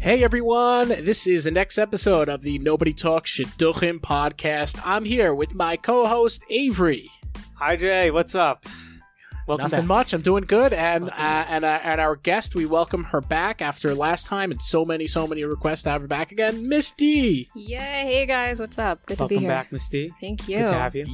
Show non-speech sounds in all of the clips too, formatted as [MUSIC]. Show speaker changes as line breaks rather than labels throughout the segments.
Hey everyone, this is the next episode of the Nobody Talks Shidduchim podcast. I'm here with my co-host Avery.
Hi Jay, what's up? Welcome
Nothing
back.
much. I'm doing good, and uh,
Welcome back.
and uh, and our guest, we welcome her back after last time, and so many, so many requests to have her back again. Miss D.
Yeah, hey guys, what's up? Good
Welcome
to be here.
back, Misty.
Thank
Good
you.
to have you.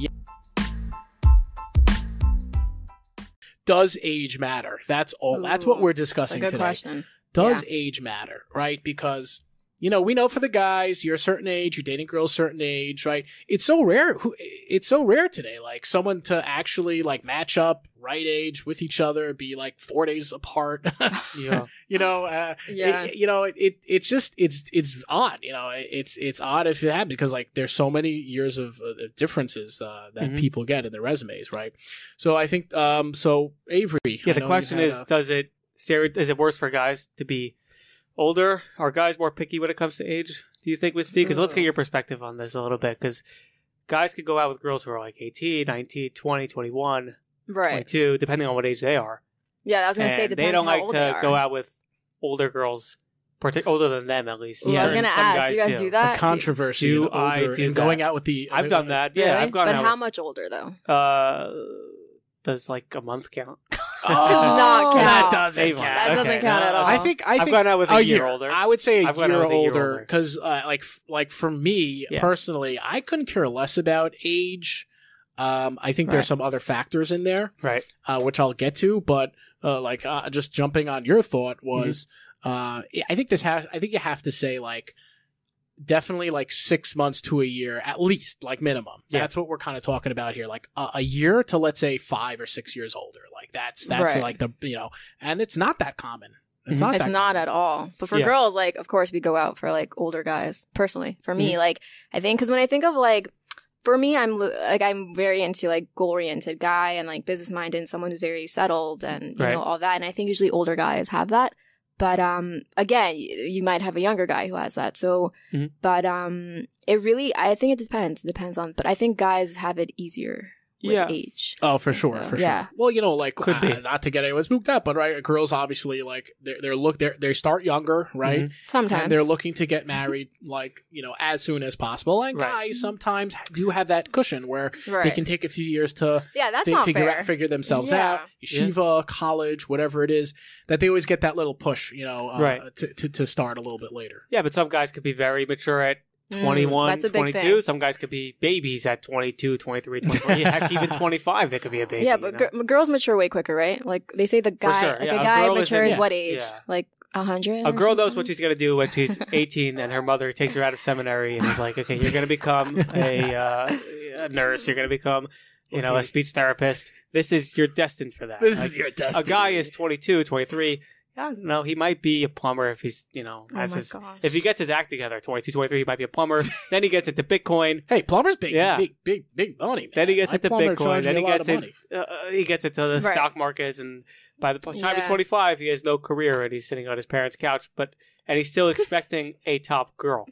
Does age matter? That's all. That's what
Ooh,
we're
That's a
discussing
good
today. [LAUGHS]
question.
Does
Yeah.
age matter? Right? Because you know we know for the guys, you're a certain age, you're dating girls a certain age, right? It's so rare. who- It's so rare today, like someone to actually like match up right age with each other, be like four days apart. [LAUGHS]
Yeah.
you know, uh,
Yeah.
It- you know, it, it it's just it's it's odd. You know, It- it's it's odd if it happens because like there's so many years of, uh, of differences uh, that
Mm-hmm.
Mhm.
people get in their resumes, right? So I think um so Avery. I
yeah,
know
the
you
question
had
is
a-
does it stere- is it worse for guys to be older? Are guys more picky when it comes to age? Do you think, Misty? Because let's get your perspective on this a little bit because guys could go out with girls who are like 18, 19, 20, 21,
Right.
22, depending on what age they are.
Yeah, I was gonna say it
and
depends
they don't
how
like
old
to
they are.
go out with older girls, partic- older than them at least.
Ooh, I was
Certain-
gonna
some
ask. You guys do that?
the controversy.
Do
and older
I do
and
that?
going out with the?
I've done that. Yeah,
Really?
I've gone
but
out
how
with-
much older though?
Uh, does like a month count?
Oh,
not count.
That doesn't
Avon.
count.
That doesn't
Okay.
count at all.
I think I
I've
think
gone out with a,
a
year, older.
I would say a
I've
year,
gone out with a year
older
older.
because uh, like f- like for me
Yeah.
personally, I couldn't care less about age. Um, I think
Right.
there's some other factors in there,
right.
uh, which I'll get to. But uh, like uh, just jumping on your thought
Mm-hmm.
was, uh, yeah, I think this has. I think you have to say like definitely like six months to a year at least, like minimum.
Yeah.
That's what we're kind of talking about here. Like a, a year to let's say five or six years older. Like that's that's
Right. Mm-hmm.
like the you know, and it's not that common. It's
Mhm.
not.
It's
that
not
common.
at all. But for
Yeah.
girls, like of course we go out for like older guys. Personally, for
Mm-hmm.
me, like I think because when I think of like. For me, I'm l- like I'm very into like goal-oriented guy and like business-minded, and someone who's very settled and you
Right.
know all that. And I think usually older guys have that, but um, again, you, you might have a younger guy who has that. So,
Mm-hmm.
Mhm.
but um, it really, I think it depends. It depends on, but I think guys have it easier with
Yeah.
age.
Oh, for
think
sure,
so.
for
Yeah.
sure. Well, you know, like
Could
uh,
be.
not to get anyone spooked up, but right, girls obviously like they're, they're look they they start younger, right?
Sometimes
And they're looking to get married, like you know, as soon as possible. And
Right.
guys sometimes do have that cushion where
right.
they can take a few years to
yeah, that's
fi-
not
figure
fair.
out, figure themselves
Yeah.
out, yeshiva, college, whatever it is. That they always get that little push, you know, uh,
Right.
to, to to start a little bit later.
Yeah, but some guys could be very mature at
Mm,
21,
that's a big
22.
thing.
Some guys could be babies at 22, 23, 24. Yeah, heck, even 25, they could be a baby.
yeah,
you
but
know?
gir- girls mature way quicker, right? Like they say, the guy,
sure,
like
yeah.
a
A
guy
girl is in-
matures
yeah,
what age?
yeah.
Like a hundred.
a girl knows what
Mm-hmm.
she's going to do when she's 18 and her mother takes her out of seminary and is like, okay, you're going to become a, uh, a nurse. You're going to become, you know,
Okay.
a speech therapist. This is, you're destined for that.
This
Like,
is your
a
destiny.
guy is 22, 23. I don't know. He might be a plumber if he's, you know,
Oh
as
my
his,
gosh.
if he gets his act together, 22, 23, he might be a
[LAUGHS]
plumber. then he gets into Bitcoin.
Hey, plumber's big,
Yeah.
big, big, big money. Man.
Then he gets
My
into
plumber
Bitcoin.
charged
Then
me
he
a lot
gets
of
in,
money.
uh, uh, he gets into the
Right.
stock markets, and by the time he's
Yeah.
25, he has no career and he's sitting on his parents' couch. But and he's
[LAUGHS]
still expecting a top girl.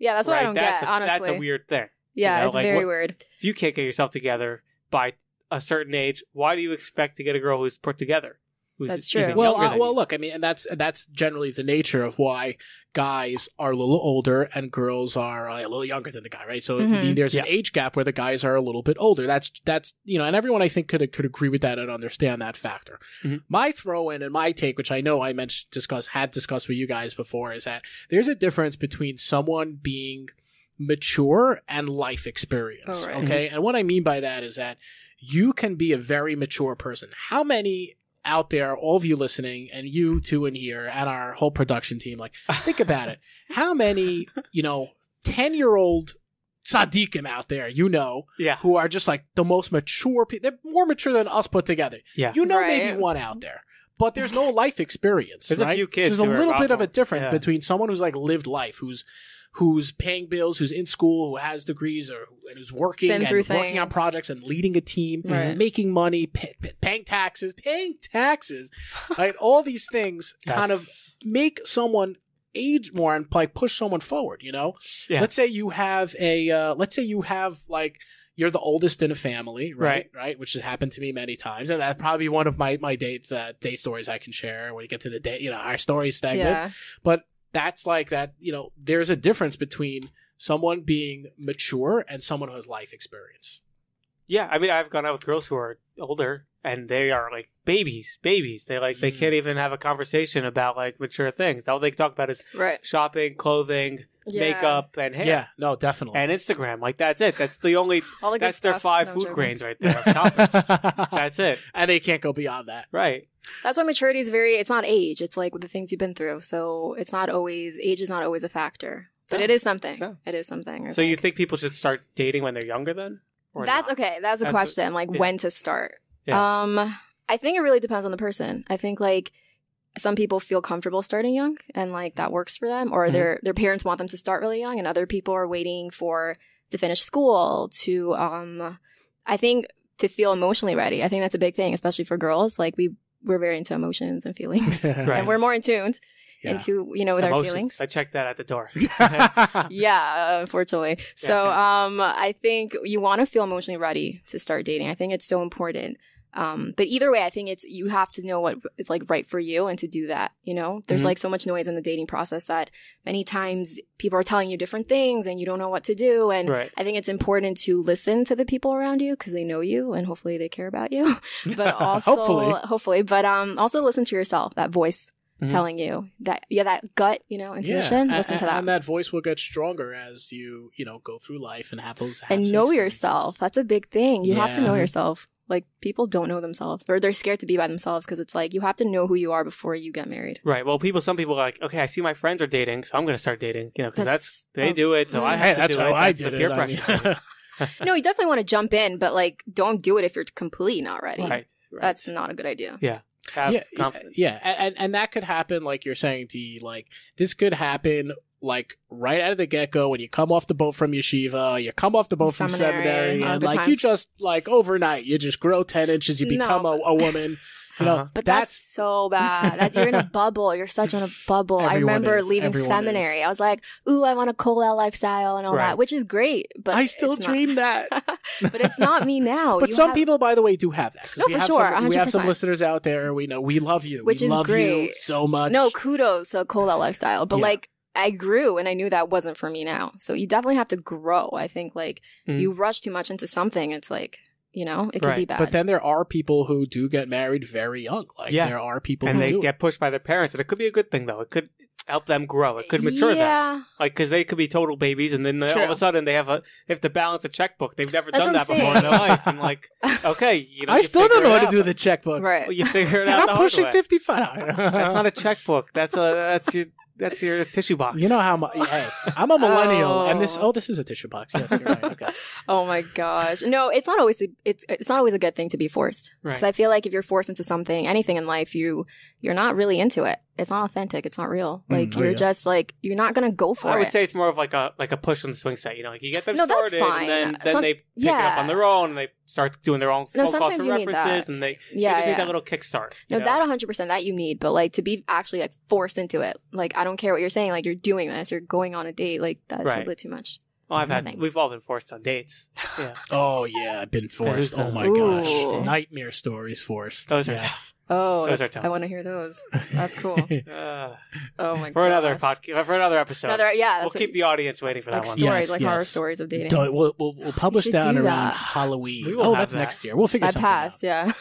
yeah, that's what
right?
I don't
that's
get.
a,
honestly,
that's a weird thing.
yeah,
you know,
it's
like,
very
what-
weird.
[LAUGHS] If you can't get yourself together by a certain age, why do you expect to get a girl who's put together? Who's
That's true.
even
well,
younger
uh,
than
well,
you?
look, I mean, and that's that's generally the nature of why guys are a little older and girls are uh, a little younger than the guy, right? So
Mhm.
the- there's an
Yeah.
age gap where the guys are a little bit older. That's that's you know, and everyone I think could could agree with that and understand that factor.
Mhm.
My throw in and my take, which I know I mentioned discussed had discussed with you guys before, is that there's a difference between someone being mature and life experience.
Oh, right.
Okay, and what I mean by that is that you can be a very mature person. How many out there, all of you listening, and you too in here, and our whole production team, like, think about it. How many, you know, 10 year old Sadiqim out there, you know,
yeah,
who are just like the most mature people, they're more mature than us put together.
Yeah.
You know,
Right.
maybe one out there. But there's no life experience.
There's a
right?
few kids
There's a
who are
little bit of a
awful.
difference
Yeah.
between someone who's like lived life, who's who's paying bills, who's in school, who has degrees, or and who's working
Been
and
through
working on
things.
projects and leading a team
Right.
making money, pay, paying taxes, paying taxes, right? All these things kind
That's-
of make someone age more and like push someone forward. You know,
Yeah.
let's say you have a, uh, let's say you have like you're the oldest in a family, right? Right, which has happened to me many times, and that's probably one of my my dates uh, date stories I can share when you get to the date, you know, our story segment.
Yeah,
that's like that, you know, there's a difference between someone being mature and someone who has life experience.
Yeah, I mean, I've gone out with girls who are older and they are like babies, babies. They like they
Mm.
can't even have a conversation about like mature things. All they can talk about is
Right.
shopping, clothing,
Yeah.
makeup, and hair.
Yeah, no, definitely.
And Instagram, like that's it. That's the only.
All the [LAUGHS] good
that's their
stuff.
five
No, I'm
food
joking.
grains right there. of
[LAUGHS]
topics. that's it.
and they can't go beyond
[LAUGHS]
that.
Right.
That's why maturity is very. It's not age. It's like the things you've been through. So it's not always age is not always a factor, but
Yeah.
it is something.
Yeah.
It is something. I
So you think people should start dating when they're younger then? Or
that's
not?
okay. That's a
That's a-
question. like
yeah.
when to start.
Yeah.
Um, I think it really depends on the person. I think like some people feel comfortable starting young and like that works for them,
Mm-hmm.
or their their parents want them to start really young, and other people are waiting for to finish school to um, I think to feel emotionally ready. I think that's a big thing, especially for girls. Like we we're very into emotions and
[LAUGHS]
feelings,
Right.
and we're more in tuned
Yeah.
into you know with our
Emotions.
feelings.
I checked that at the
[LAUGHS]
door.
[LAUGHS]
yeah, uh, unfortunately. So um I think you want to feel emotionally ready to start dating. I think it's so important. Um but either way, I think it's you have to know what is like right for you and to do that, you know? There's
Mhm.
like so much noise in the dating process that many times people are telling you different things and you don't know what to do and
right.
I think it's important to listen to the people around you because they know you and hopefully they care about you. [LAUGHS] But also,
Hopefully.
hopefully, but um, also listen to yourself, that voice
Mhm.
telling you that yeah, that gut, you know, intuition.
Yeah,
Listen
and,
to that
And that voice will get stronger as you, you know, go through life and have those. have
and
some
know
experiences.
yourself. That's a big thing. You have to
Yeah.
know yourself. Like people don't know themselves, or they're scared to be by themselves because it's like you have to know who you are before you get married.
Right. Well, people. Some people are like, okay, I see my friends are dating, so I'm going to start dating. You know, because that's,
That's-
they
oh.
do it, so I
Mm.
have
Hey,
to
that's
do
how
it.
I
That's the
did
peer
it. I mean- [LAUGHS]
pressure.
no, you definitely want to jump in, but like don't do it if you're completely not ready.
right. right.
That's not a good idea.
have
yeah,
confidence.
yeah, and and- and that could happen. Like you're saying, D. Like this could happen. Like right out of the get go, when you come off the boat from yeshiva, you come off the boat from
Seminary,
seminary,
all
and
the
like
times.
you just like overnight, you just grow ten inches, you
No,
become a,
but-
a woman. You know,
Uh-huh.
But that's,
that's
so bad. That you're in
[LAUGHS]
a bubble. You're such on a bubble. I
Everyone
remember
is.
leaving
Everyone
seminary. I was like, "Ooh, I want a Colel lifestyle and all
Right.
that," which is great. But
I still
it's not-
dream that.
[LAUGHS] but it's not me now.
But
You
some
have-
people, by the way, do have that. 'cause
No,
we
for
have
sure,
Some, we have some
100%.
listeners out there. We know we love you.
Which
we
is
love you
great.
so much.
No, kudos to Cola lifestyle. But
Yeah.
like I grew and I knew that wasn't for me now. So you definitely have to grow. I think like
Mhm.
you rush too much into something, it's like, you know, it could be
Right.
bad.
but then there are people who do get married very young. Like
Yeah.
there are people
and
who
they
do
get pushed by their parents, and it could be a good thing though. It could help them grow. It could mature them,
yeah.
like because they could be total babies, and then they- all of a
True.
sudden they have a they have to balance a checkbook. They've never
That's
done
what
that
I'm
before in their life, and
[LAUGHS]
like okay, you
it.
know,
I
you
still don't
figure
know
it
how to
out.
do
[LAUGHS]
the checkbook.
Right.
You figure it
And
out. the
I'm
hard
pushing
way.
fifty five.
[LAUGHS] That's not a checkbook. That's a that's your that's your tissue box.
You know how my, hey, I'm a millennial,
Oh.
and this oh, this is a tissue box. Yes, you're right.
[LAUGHS]
Okay.
Oh my gosh. No, it's not always a, it's it's not always a good thing to be forced.
Right.
Cuz I feel like if you're forced into something, anything in life, you you're not really into it. It's not authentic, it's not real. Like
Mm, oh,
you're
yeah.
just like you're not going to go for
I would
it.
say it's more of like a like a push on the swing set. You know, like you get them
No, that's
started,
fine.
and then, then
Some-
they pick it up
yeah.
on their own, and they start doing their own phone
No,
calls
sometimes
for
you need
references,
that.
and they,
yeah.
they just
yeah.
need that little kickstart. you
No,
know?
that 100% that you need, but like to be actually like forced into it. Like, I don't care what you're saying. Like, you're doing this, you're going on a date. Like, that's
Right.
a bit too much.
Oh, I've had
Nothing.
we've all been forced on dates. Yeah,
Oh yeah, I've been forced. Oh my
Ooh.
gosh, nightmare stories forced.
Those are-
yes.
[LAUGHS]
Oh,
Those
that's-
are tough.
I want to hear those. That's cool.
[LAUGHS]
uh,
Oh
[LAUGHS]
my god.
for another podcast, for another episode.
Another, yeah.
we'll
That's
keep the audience waiting for
like
that one.
Yeah.
stories,
Yes,
like horror
yes.
stories of dating.
Don't- we'll, we'll,
[SIGHS]
we'll publish
should
that
do
around
that.
Halloween.
We will
Oh,
have
that's
that.
next year. We'll figure
I
something
passed. Yeah.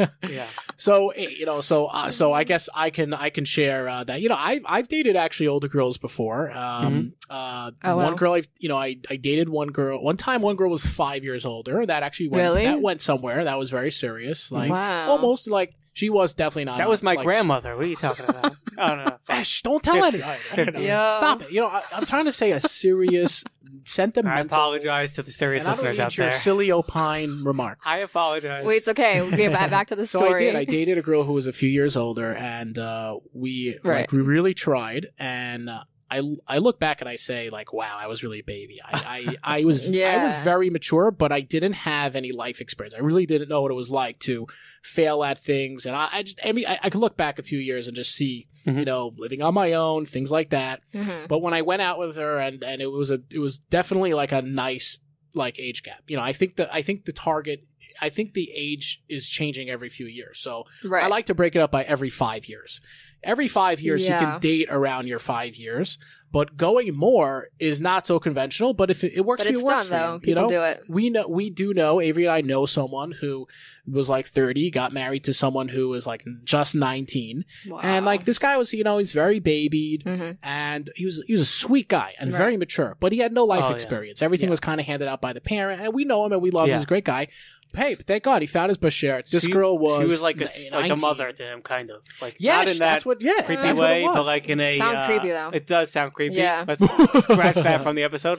out.
Yeah,
so eh, you know, so uh, so I guess I can I can share uh, that you know I've I've dated actually older girls before. Um,
Mm-hmm.
uh,
Oh, wow.
one girl I you know I I dated one girl one time. One girl was five years older. That actually went
Really?
that went somewhere. That was very serious. Like
wow.
almost like she was definitely not.
that was my
like,
grandmother. What are you talking about? oh no, no.
Eh, [LAUGHS] shh, don't tell
Fif-
anybody.
[LAUGHS]
fifty.
Yeah.
Stop it. You know, I, I'm trying to say a serious,
[LAUGHS] I
sentimental.
apologize to the serious
and I don't
listeners
need
out
your
there.
silly opine remarks.
I apologize.
Wait, it's okay. We'll get back, back to
[LAUGHS]
the
so
story.
I did. I dated a girl who was a few years older, and uh, we like
Right.
we really tried. And uh, I I look back and I say like, wow, I was really a baby. I I, I was I was
[LAUGHS] Yeah.
very mature, but I didn't have any life experience. I really didn't know what it was like to fail at things, and I, I just I mean I, I could look back a few years and just see
Mhm.
you know living on my own, things like that.
Mhm.
But when I went out with her, and and it was a it was definitely like a nice like age gap. You know, I think the I think the target I think the age is changing every few years. So
Right.
I like to break it up by every five years. Every five years you
Yeah.
can date around your five years, but going more is not so conventional. But if it, it works,
but
for you,
it's
it works
done
for you,
though.
you
People
know?
do it.
we know we do know Avery and I know someone who was like 30, got married to someone who was like just 19,
Wow.
and like this guy was you know he's very babied
hmm
and he was he was a sweet guy and
Right.
very mature, but he had no life
Oh, yeah.
experience. Everything
Yeah.
was kind of handed out by the parent, and we know him and we love him.
Yeah.
He's a great guy. Hey, but thank God he found his Bashir. This
She-
girl was
she was like a,
n-
like a
19.
mother to him, kind of like
Yeah,
not
sh-
in that
that's what. Yeah,
creepy
that's what it
way, but
was. [LAUGHS]
like in a
Sounds
uh,
creepy, though.
It does sound creepy.
Yeah.
Let's scratch that from the
[LAUGHS]
episode.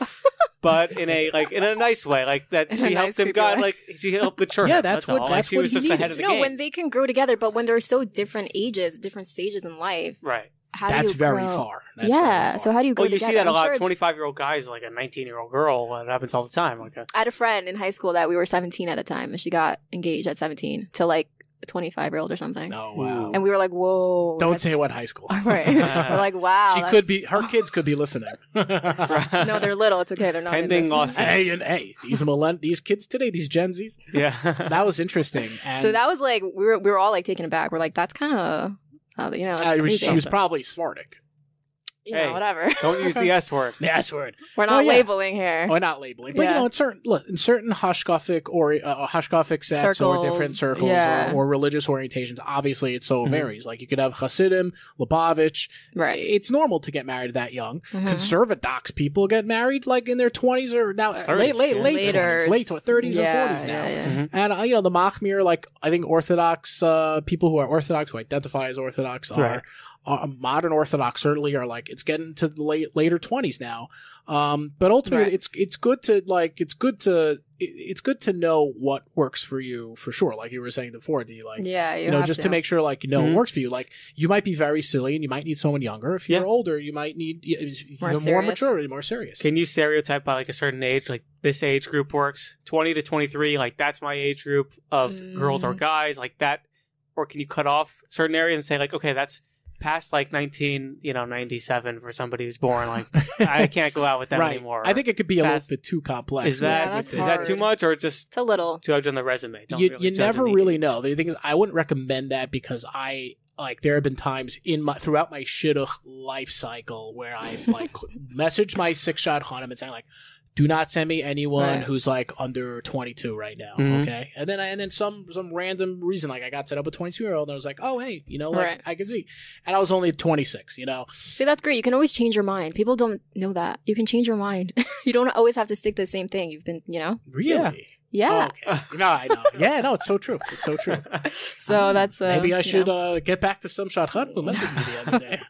But in a like in a nice way, like that
In a
she
nice
helped him
creepy
God,
way.
like she helped mature.
Yeah,
him,
that's
that's
what-
all. like
that's
she
what
was
he
just ahead of the
no,
game.
when they can grow together, but when they're so different ages, different stages in life,
right.
how
that's
do you
very
grow-
far. That's
yeah.
very far.
So how do you grow
Well, Oh, you
together?
see that a
I'm sure
lot.
it's-
Twenty five year old guys like a nineteen year old girl. That happens all the time. Like a,
I had a friend in high school that we were 17 at the time, and she got engaged at 17 to like a 25 year old or something.
Oh wow!
And we were like, "Whoa!"
Don't
that's-
say
[LAUGHS]
what high school. [LAUGHS]
Right. we're like, "Wow."
she
that's-
could be. Her kids could be listening.
[LAUGHS]
[LAUGHS]
[LAUGHS]
No, they're little. It's okay. They're not. in
Pending
this.
lawsuits.
Hey and hey, these millenn- these kids today, these Gen Zs.
[LAUGHS] yeah.
That was interesting. And
[LAUGHS] So that was like we were we were all like taken aback. We're like, "That's kind of." Uh, you know,
uh,
that's crazy.
she was probably Sephardic.
you
Hey.
know, whatever.
Don't
[LAUGHS]
use the S word.
Yeah, that's word.
[LAUGHS] We're
Oh,
not
yeah.
labeling here.
Or not labeling, but you
Yeah.
know, in certain look, in certain Hushkovic or uh, Hushkovic sects or
Circles,
different circles
yeah.
or, or religious orientations, obviously it so
Mhm.
varies. Like you could have Hasidim, Lubavitch.
Right.
It's normal to get married that young.
Mhm.
Conservadox people get married like in their twenties or now late,
Thirties,
late,
yeah.
late, 20s, late thirties
Yeah,
and forties now.
yeah, yeah.
Mhm.
And uh, you know the Machmir, like I think Orthodox uh, people who are Orthodox who identify as Orthodox are,
Right.
are- modern Orthodox certainly are like it's getting to the late later twenties now. Um, but ultimately,
Right.
it's it's good to like it's good to it- it's good to know what works for you for sure. Like you were saying before, D like
Yeah, you,
you know
have
just to make sure like you know
Mhm.
it works for you. Like you might be very silly and you might need someone younger. If you're
Yeah.
older, you might need you
More
more, more
serious.
mature, more serious.
Can you stereotype by like a certain age? Like this age group works, twenty to twenty three. Like that's my age group of
Mm.
girls or guys. Like that, or can you cut off certain areas and say like, okay, that's past like nineteen, you know, ninety seven for somebody who's born.
[LAUGHS]
Like I can't go out with them
right.
anymore.
I think it could be a
Fast-
little bit too complex.
is that
Yeah, that's
is that too
hard.
much or just
it's a little.
judge on the resume? Don't
you,
really
you
judge
never
on the
really
age. [LAUGHS]
know. The thing is, I wouldn't recommend that because I like there have been times in my throughout my shidduch life cycle where
[LAUGHS]
I've like messaged my six shot Hanum and saying like, "Do not send me anyone
Right. Mm-hmm.
who's like under twenty two right now."
Mhm.
Okay, and then I, and then some some random reason like I got set up with twenty two year old and I was like, "Oh hey, you know like
Right.
I can see," and I was only twenty six. You know,
See, that's great. You can always change your mind. People don't know that. You can change your mind. [LAUGHS] you don't always have to stick to the same thing. You've been, you know?
really.
Yeah.
Oh, okay. No, I know. Yeah, no, it's so true. It's so true.
[LAUGHS] So that's uh,
Oh, Ah, Maybe I
you
should
know.
uh, get back to some shot hunt who messaged me the other
[LAUGHS]
day.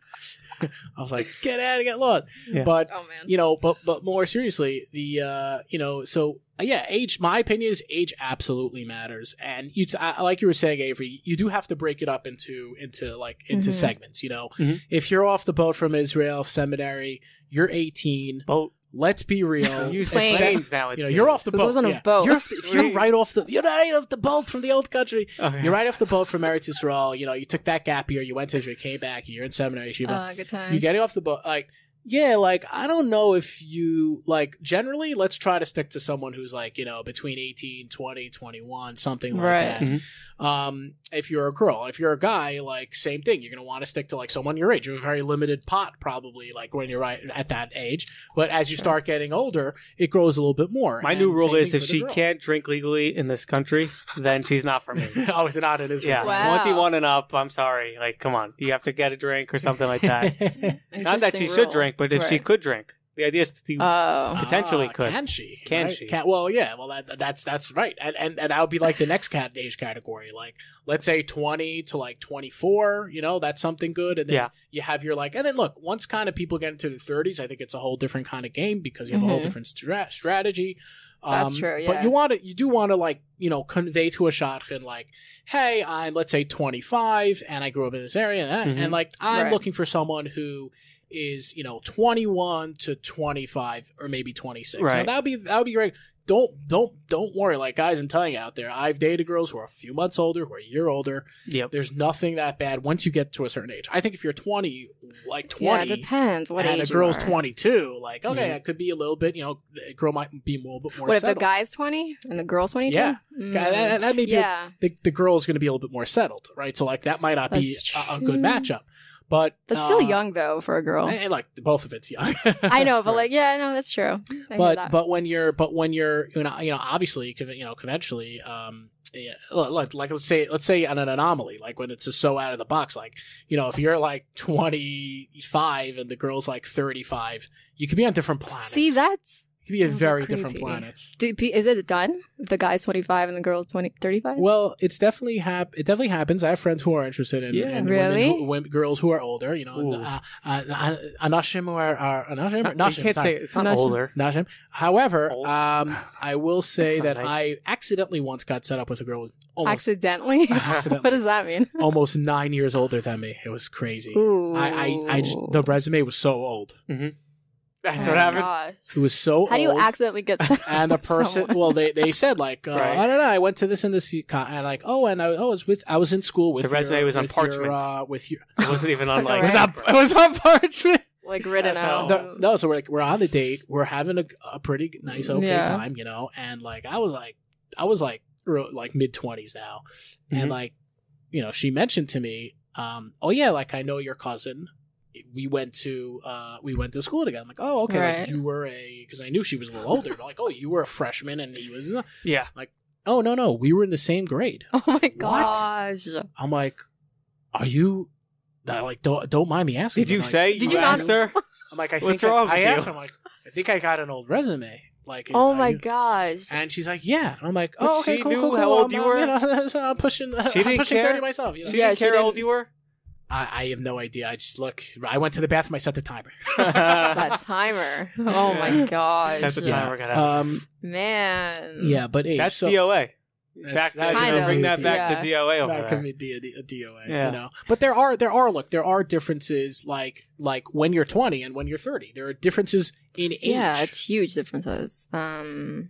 [LAUGHS] I was like, get out of get lost.
Yeah.
But
oh man.
uh, you know, but but more seriously, the uh, you know, so uh, yeah, age. My opinion is age absolutely matters, and you I, like you were saying, Avery, you do have to break it up into into like into
Mhm.
segments. You know,
Mhm.
if you're off the boat from Israel seminary, you're 18.
Boat
Let's be
[LAUGHS]
[LAUGHS]
real.
use
Plane.
planes nowadays.
You know, you're off the
Who
boat.
goes on a
yeah.
boat?
You're, off the- if you're right off the, you're right off the boat from the old country.
[LAUGHS] Okay.
You're right off the boat from Eretz Yisrael. You know, you took that gap year, you went to Israel, came back, you're in seminary, Shiva.
Uh, good times.
you get off the boat. Like, yeah, like, I don't know if you, like, generally, let's try to stick to someone who's, like, you know, between 18, 20, 21, something like
Right.
that.
Mhm.
Um, if you're a girl, if you're a guy, like, same thing. You're going to want to stick to, like, someone your age. You have a very limited pot, probably, like, when you're right at that age. But as you
Sure.
start getting older, it grows a little bit more.
My
And
new rule
same
is
thing
if
for the
she
girl. [LAUGHS]
can't drink legally in this country, then she's not for me.
oh, is it not in Israel?
Yeah,
Wow.
21 and up. I'm sorry. Like, come on. You have to get a drink or something
[LAUGHS]
like
[LAUGHS]
that. Not that she
Interesting
should
rule.
drink, but if she
Right.
could drink, the idea is to.
Oh.
Potentially
Ah,
could.
Can she?
Can
right?
she?
well, yeah. Well, that, that's that's right. And, and and that would be like the next cat age category. Like let's say twenty to like twenty four. You know, that's something good. And then
Yeah.
you have your like. And then look, once kind of people get into the thirties, I think it's a whole different kind of game because you have a whole
Mhm.
different stra- strategy. Um,
That's true,
But
yeah.
you want to, you do want to like, you know, convey to a shotgun like, hey, I'm let's say 25 and I grew up in this area, and, that,
Mhm.
and like I'm
Right.
looking for someone who is you know 21 to 25 or maybe 26. So
Right.
that would be that would be great. don't don't don't worry. Like guys, I'm telling you out there, I've dated girls who are a few months older, who are a year older.
Yep.
There's nothing that bad once you get to a certain age. I think if you're 20, like 20,
Yeah, it depends what
and
age
a girl's
you are.
22, like okay,
Mhm.
that could be a little bit. You know, a girl might be more, but more.
What if the
settled.
guy's twenty and the girl's twenty two?
Yeah. Guy- that, that may be a-
yeah,
the, the girl is going to be a little bit more settled, right? So like that might not be
That's
a, a
true.
good matchup, but
but still
uh,
young though for a girl.
And, and, like both of it's young. [LAUGHS]
I know, but
Right.
like, yeah, no, that's true. I hear
but
that.
but when you're but when you're you know, you know obviously conven- you know conventionally um yeah, like, like let's say let's say on an anomaly like when it's just so out of the box like you know if you're like 25 and the girl's like 35 you could be on different planets
see, that's
you could be a
Oh, they're
very different
creepy.
planets
do, pe- is it done? If The guy's twenty five and the girl's 20, 35?
well it's definitely hap- it definitely happens i have friends who are interested in,
Yeah.
in
Really?
women, who, women girls who are older you know and,
Ooh.
uh, uh, uh, anashim or uh, anashim,
Not,
Nashim,
you can't
sorry.
say it's not
Nashim.
older.
Not him. However,
Oh.
um, I
[LAUGHS]
will say that
Nice.
I accidentally once got set up with a girl who was almost
Accidentally. [LAUGHS]
Accidentally.
what does that mean?
almost nine years older than me. It was crazy.
Ooh,
I, I, I just, the resume was so old.
That's
Oh
what
my
happened.
gosh.
It was so
How do you
old.
accidentally get that?
Oh, and
[LAUGHS]
the person, well, they, they said like, uh,
Right.
I don't know, I went to this and this, co- and like, oh, and I, I was with, I was in school with
The resume
your-
was on
with your,
parchment.
uh, with your,
It wasn't even on like.
it was on, it was on [LAUGHS] parchment.
like written
That's
out.
Oh.
No, no, so we're like we're on the date, we're having a, a pretty nice okay
Yeah.
time, you know, and like I was like I was like real- like mid twenties now,
Mhm.
Mm-hmm.
and like you know she mentioned to me, um, oh yeah, like I know your cousin. We went to uh, we went to school together. I'm like, oh okay, like,
Right.
you were a because I knew she was a little older. but like, oh, you were a freshman and he was.
Yeah.
Oh no no, we were in the same grade.
[LAUGHS] Oh my gosh!
I'm like, are you? I like don't don't mind me asking.
Did you
I'm like,
say?
Did you not-
asked her?
I'm like, I
What's
think I-
wrong
I,
with
asked
you?
her, I'm like, I think I got an old resume. Like,
Oh
I-
my gosh!
And she's like, yeah. And I'm like,
But
oh, okay,
she
cool,
knew
cool, cool.
how old
I'm,
you
I'm,
were?
know, [LAUGHS] so I'm pushing. uh,
She
I'm
didn't
pushing
care?
thirty myself. You know?
She
Yeah,
didn't
she
care how old
didn't-
you [LAUGHS] were.
I, I have no idea. I just look. I went to the bathroom. I set the timer. [LAUGHS]
that timer. Oh my
[LAUGHS]
gosh!
Set the
yeah.
timer got out.
Um,
Man.
yeah, but hey,
That's
so,
DOA.
That's-
Back
that
you know,
could
bring
be
that back
DOA.
to DOA over
that could
there.
be D- D- DOA,
Yeah.
you know. But there are there are look there are differences like like when you're 20 and when you're 30. There are differences in age.
Yeah, it's huge differences. Um,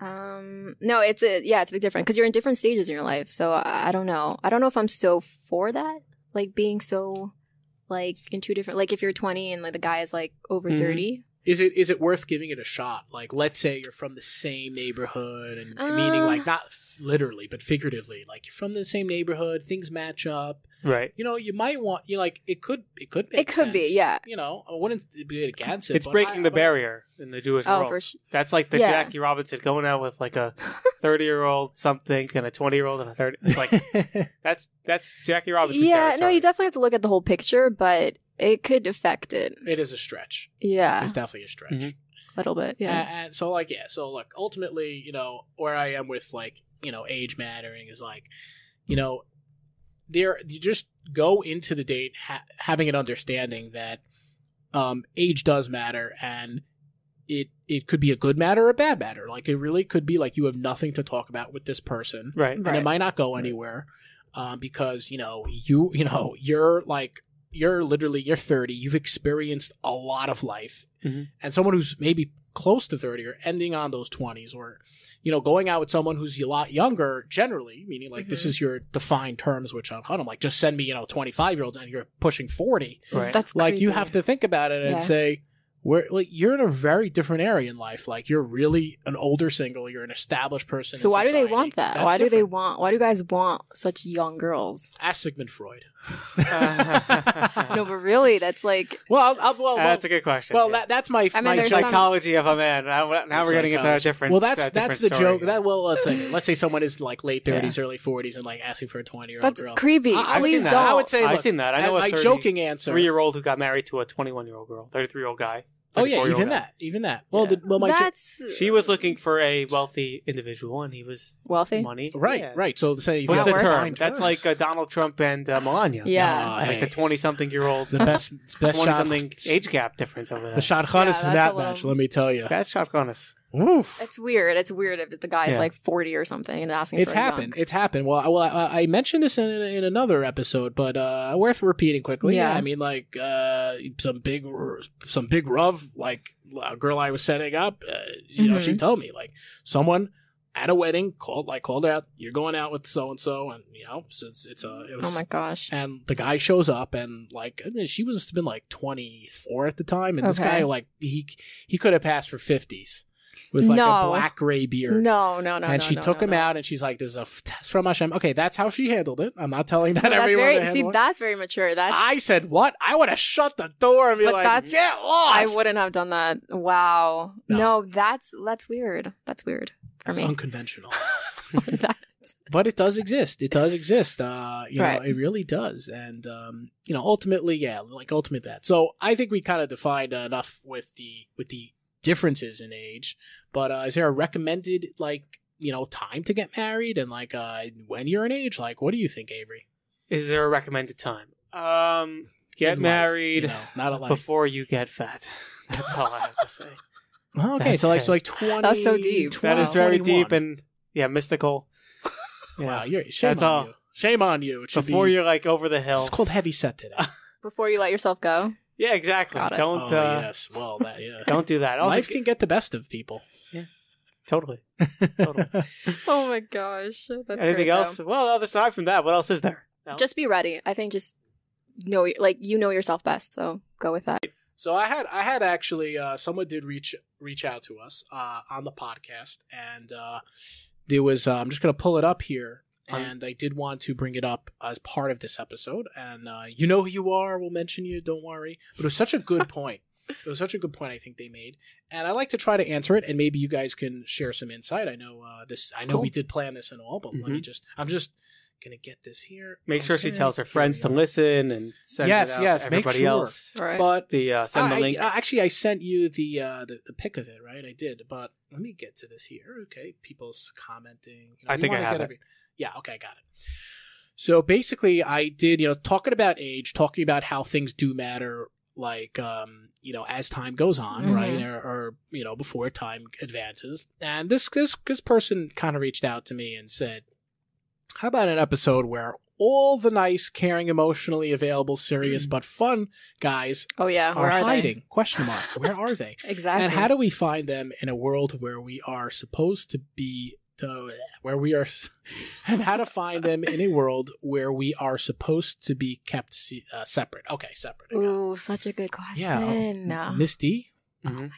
um, no, it's a yeah, it's a big difference because you're in different stages in your life. So I, I don't know. I don't know if I'm so for that, like being so like in two different. Like if you're 20 and like the guy is like over
Mm-hmm.
Mhm.
30,
is it is it worth giving it a shot? Like, let's say you're from the same neighborhood, and
Uh.
meaning like not f- literally but figuratively, like you're from the same neighborhood, things match up.
Right.
You know, you might want you know, like it could it could make
it could be
sense.
yeah.
You know, I wouldn't be against it.
It's
but
breaking
I-
the
but-
barrier in the Jewish
Oh,
world.
for sure.
That's like the
Yeah.
Jackie Robinson going out with like
[LAUGHS]
a thirty-year-old something and a twenty-year-old and a thirty. It's like
[LAUGHS]
that's that's Jackie Robinson.
yeah. No,
territory.
you definitely have to look at the whole picture, but it could affect it.
it is a stretch.
Yeah,
It's definitely a stretch.
Mhm.
a little bit. Yeah.
And, and so, like, yeah. So, look, ultimately, you know, where I am with like, you know, age mattering is like, you know, there you just go into the date ha- having an understanding that um, age does matter, and it it could be a good matter or a bad matter. Like, it really could be like you have nothing to talk about with this person,
right.
and it
Right.
might not go
Right.
anywhere um, because you know you you know you're like you're literally you're 30 you've experienced a lot of life
Mm-hmm.
Mhm.
and someone who's maybe close to 30 or ending on those 20s or you know going out with someone who's a lot younger generally meaning like this
Mhm.
is your defined terms which on hunt i'm like just send me you know 25 year olds and you're pushing 40
Right. [LAUGHS]
That's [LAUGHS]
like you
creepy.
have to think about it and
Yeah.
say where like you're in a very different area in life like you're really an older single you're an established person
So
in
why do they
society.
want that?
That's
why do they
different.
want? Why do guys want such
[LAUGHS]
young girls?
Ask Sigmund Freud.
no, but really, that's like
Well, I'll, I'll, well,
Uh, that's a good question.
well,
yeah.
that, that's my
I mean,
my
there's
joke.
some-
psychology of a man. Now, now we're getting into a
Psychology.
different.
Well, that's
uh,
that's the
different story
joke.
here.
That well, let's
[LAUGHS]
say let's say someone is like late thirties, early forties, and like asking for a twenty year old
that's
girl.
creepy.
I- I've
Please
seen that.
don't.
I would say,
I've
look,
seen that. I
and
know
my
a 30,
joking answer.
three-year-old who got married to a twenty-one-year-old girl, thirty-three-year-old guy.
oh yeah,
34-year-old
even
guy.
that, even that. Well, the, well, Oh my jo-
that's
She was looking for a wealthy individual, and he was
wealthy.
money.
right,
Yeah.
right. So say you
What's
gotta
the
That
term?
works.
find terms.
That's like uh, Donald Trump and uh, Melania.
Yeah.
Aw,
Like
hey,
the twenty-something-year-old,
the
[LAUGHS]
best best shot
twenty-something age gap difference over there.
The shot
Yeah,
hottest
that's
in
a
that
little-
match. Let me tell you,
That's shotgun us.
Oof.
It's weird. It's weird if the guy's
Yeah.
like forty or something and asking.
It's
for a young-
happened. It's happened. Well, I, well, I, I mentioned this in, in another episode, but uh, worth repeating quickly.
Yeah.
I mean, like uh, some big, some big rough, like a girl I was setting up, uh, you know,
Mm-hmm.
she told me like someone at a wedding called like called out, you're going out with so and so, and you know, so it's it's a it
Oh
was
my gosh.
and the guy shows up and like I mean, she must have been like 24 at the time and this
Okay.
guy like he he could have passed for 50s with like a
No.
black gray beard
No, no, no.
and
no,
she
no,
took
no,
him
no.
out and she's like this is a f- test from Hashem okay that's how she handled it I'm not telling that
Well, that's
everyone to
very see.
handle it.
That's very mature. That's
I said what I would have shut the door and be
But
like
that's-
get
I
lost
wouldn't have done that. Wow.
No.
No, that's that's weird. That's weird for
it's
me.
unconventional
[LAUGHS] That-
but it does exist. It does exist. Uh, you know,
Right.
it really does. And um, you know, ultimately, yeah, like ultimate that. So I think we kind of defined uh, enough with the with the differences in age. But uh, is there a recommended like you know time to get married and like uh, when you're an age? Like, what do you think, Avery?
Is there a recommended time? Um, get
In life,
married
you know, not a life.
before you get fat. That's all I have
[LAUGHS]
to say.
Oh, okay,
That's
so like
it.
so like twenty.
That's so deep.
that is very
21.
deep and yeah, mystical. Yeah.
[LAUGHS] wow, you're shame
That's
on
all.
you. Shame on you. It should
before
be,
you're like over the hill.
It's called heavy set today.
Before you let yourself go.
Yeah, exactly.
Got it.
Don't
oh
uh,
yes, well that yeah.
[LAUGHS] don't do that. Also,
Life can get the best of people.
totally. Totally.
Oh my gosh. That's
Anything
great,
else?
though.
Well, other side from that, what else is there? No?
Just be ready. I think just know like you know yourself best, so go with that.
So I had I had actually uh, someone did reach reach out to us uh, on the podcast, and uh, there was uh, I'm just gonna pull it up here,
Um,
and I did want to bring it up as part of this episode, and uh, you know who you are, we'll mention you, don't worry. But it was such a
[LAUGHS]
good point. It was such a good point I think they made, and I like to try to answer it, and maybe you guys can share some insight. I know uh, this, I know
Cool.
we did plan this and all, but let me
Mhm.
just I'm just gonna get this here.
make sure she
Mm-hmm.
Okay,
tells her
here
friends
we
to
are.
listen and send
Yes,
it out
yes,
to
make
everybody
sure.
else.
All right.
But
The uh, send
I-
the
I-
link.
uh, actually, I sent you the, uh, the the pick of it, right? I did, but let me get to this here. Okay, people's commenting. You know,
I
we
think I
wanna
have
get
it.
Yeah. Okay, I got it. So basically, I did you know talking about age, talking about how things do matter, like um, you know as time goes on,
Mm-hmm.
Mhm.
right, or, or you know before time advances. And this this this person kind of reached out to me and said, "How about an episode where?" All the nice, caring, emotionally available,
[CLEARS THROAT]
serious but fun guys
Oh yeah.
are,
Where are,
hiding? Question mark. Where are
[LAUGHS]
they?
they? Exactly.
and how do we find them in a world where we are supposed to be? Uh, where we are, [LAUGHS] and how to find them in a world where we are supposed to be kept se- uh, separate. Okay, separate. I got it.
Ooh, such a good question.
Yeah, oh,
No.
Miss D.
Mhm.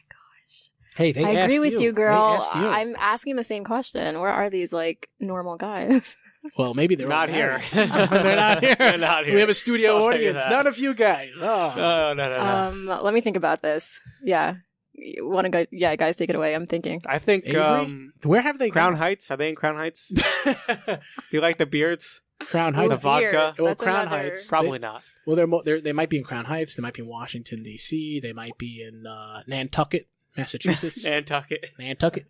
Hey, they
I
asked
agree with you,
you They
girl.
asked you.
I'm asking the same question. Where are these like normal guys?
well, maybe they're
Not
all
here.
married. [LAUGHS]
[LAUGHS]
they're not here.
They're not here.
We have a studio
I'll tell you
audience.
that.
None of you guys. Oh.
Oh, no, no, no.
Um, let me think about this. Yeah. Want to go? Yeah, guys, take it away. I'm thinking.
I think
Avery?
um,
where have they
Crown Heights. Are they in
[LAUGHS]
Crown Heights? Do
gone?
you like the beards?
Crown
Ooh,
Heights.
the vodka?
beers.
Well,
That's
Crown
another-
Heights.
Probably not.
Well, they're, mo- they're they might be in Crown Heights. They might be in Washington D.C. They might be in uh, Nantucket,
[LAUGHS]
Massachusetts.
[LAUGHS] Nantucket.
Nantucket.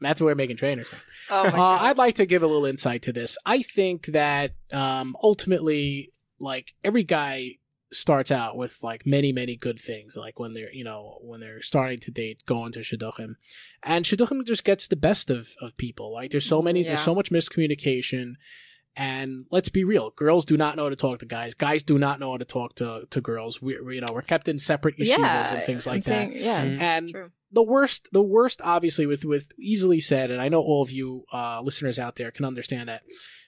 That's where Megan Trainers.
Oh my
Uh, I'd like to give a little insight to this. I think that um, ultimately, like every guy starts out with like many many good things like when they're you know when they're starting to date going to shidduchim and shidduchim just gets the best of of people like there's so many there's
Mm, Yeah.
so much miscommunication and let's be real girls do not know how to talk to guys guys do not know how to talk to to girls we are you know we're kept in separate yeshivas
yeah,
and things
I'm
like that
saying- Yeah,
Mhm.
and
true.
the worst the worst obviously with with easily said and i know all of you uh listeners out there can understand that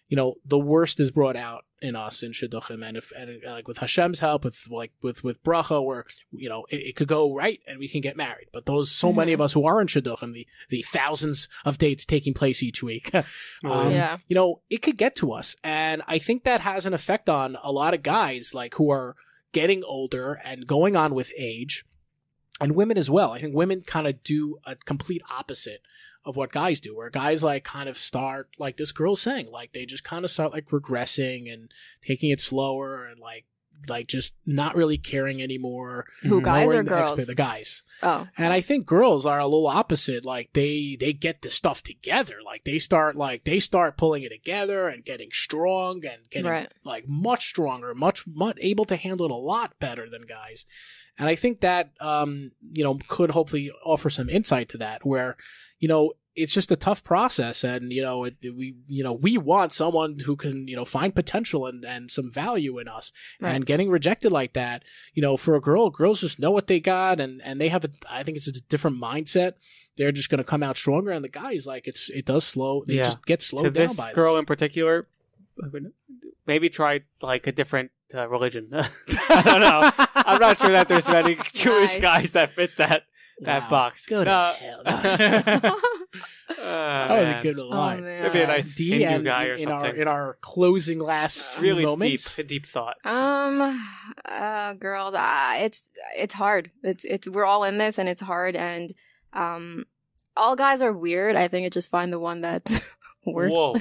you know the worst is brought out in us in shidduchim and if and, uh, like with hashem's help with like with with bracha where you know it, it could go right and we can get married but those so many of us who are in shidduchim the the thousands of dates taking place each week Um,
yeah,
you know, it could get to us. And I think that has an effect on a lot of guys, like who are getting older and going on with age and women as well. I think women kind of do a complete opposite of what guys do, where guys like kind of start, like this girl's saying, like they just kind of start like regressing and taking it slower and like, like just not really caring anymore.
who guys or
lowering the
girls?
expe- the guys.
oh,
And I think girls are a little opposite. Like they they get the stuff together. Like they start like they start pulling it together and getting strong and getting
Right.
[LAUGHS]
[LAUGHS]
like much stronger, much much able to handle it a lot better than guys. And I think that um you know could hopefully offer some insight to that where you know it's just a tough process and you know it, we you know we want someone who can you know find potential and and some value in us
Right.
and getting rejected like that you know for a girl girls just know what they got and and they have a i think it's a different mindset they're just going to come out stronger and the guys like it's it does slow they
Yeah.
just get
hmm. to
slowed down
this
by
girl
this.
in [LAUGHS] particular, I would- maybe try like a different uh, religion. [LAUGHS] I
[LAUGHS]
don't know. I'm not sure that there's
[LAUGHS]
many Jewish
Nice.
guys that fit that that
Wow.
box.
Go to [LAUGHS]
No. [LAUGHS]
hell.
oh
Oh,
that was a
man.
good line
That'd be a nice Hindu
and
guy or
in our
something.
in our closing last few
really
moments.
[LAUGHS] deep, deep thought.
Um, uh, girls, uh, it's it's hard. It's it's we're all in this, and it's hard. And um, all guys are weird. I think it's just find the one that's [LAUGHS] worth
Whoa,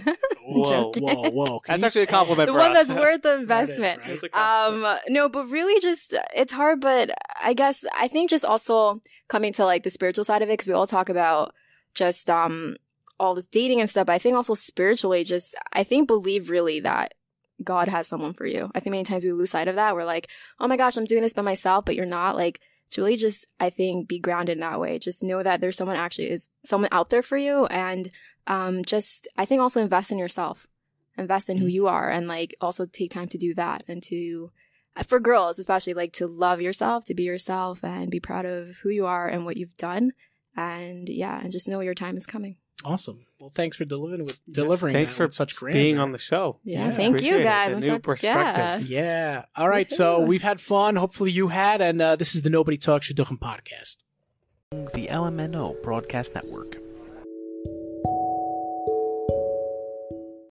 whoa,
Joking.
Whoa, whoa! Can
that's
you-
actually a compliment.
the
for
one
us.
that's worth the
There it is,
investment.
right?
[LAUGHS] That's a compliment.
Um, no, but really, just uh, it's hard. But I guess I think just also coming to like the spiritual side of it because we all talk about just um all this dating and stuff. But I think also spiritually, just I think believe really that God has someone for you. I think many times we lose sight of that. We're like, oh my gosh, I'm doing this by myself, but you're not. Like it's really just I think be grounded in that way. Just know that there's someone actually is someone out there for you, and um, just I think also invest in yourself, invest in who you are, and like also take time to do that and to uh, for girls especially like to love yourself, to be yourself, and be proud of who you are and what you've done, and yeah, and just know your time is coming.
Awesome. Well, thanks for delivering with
Yes,
delivering.
thanks
that
for
with such grandeur.
being on the show.
Yeah,
Yeah.
thank
Appreciate
you
it.
guys.
The
I'm
new
so-
perspective.
Yeah. All right. So
Woohoo.
we've had fun. Hopefully you had, and uh, this is the Nobody Talks Shidduchim podcast.
The LMNO Broadcast Network.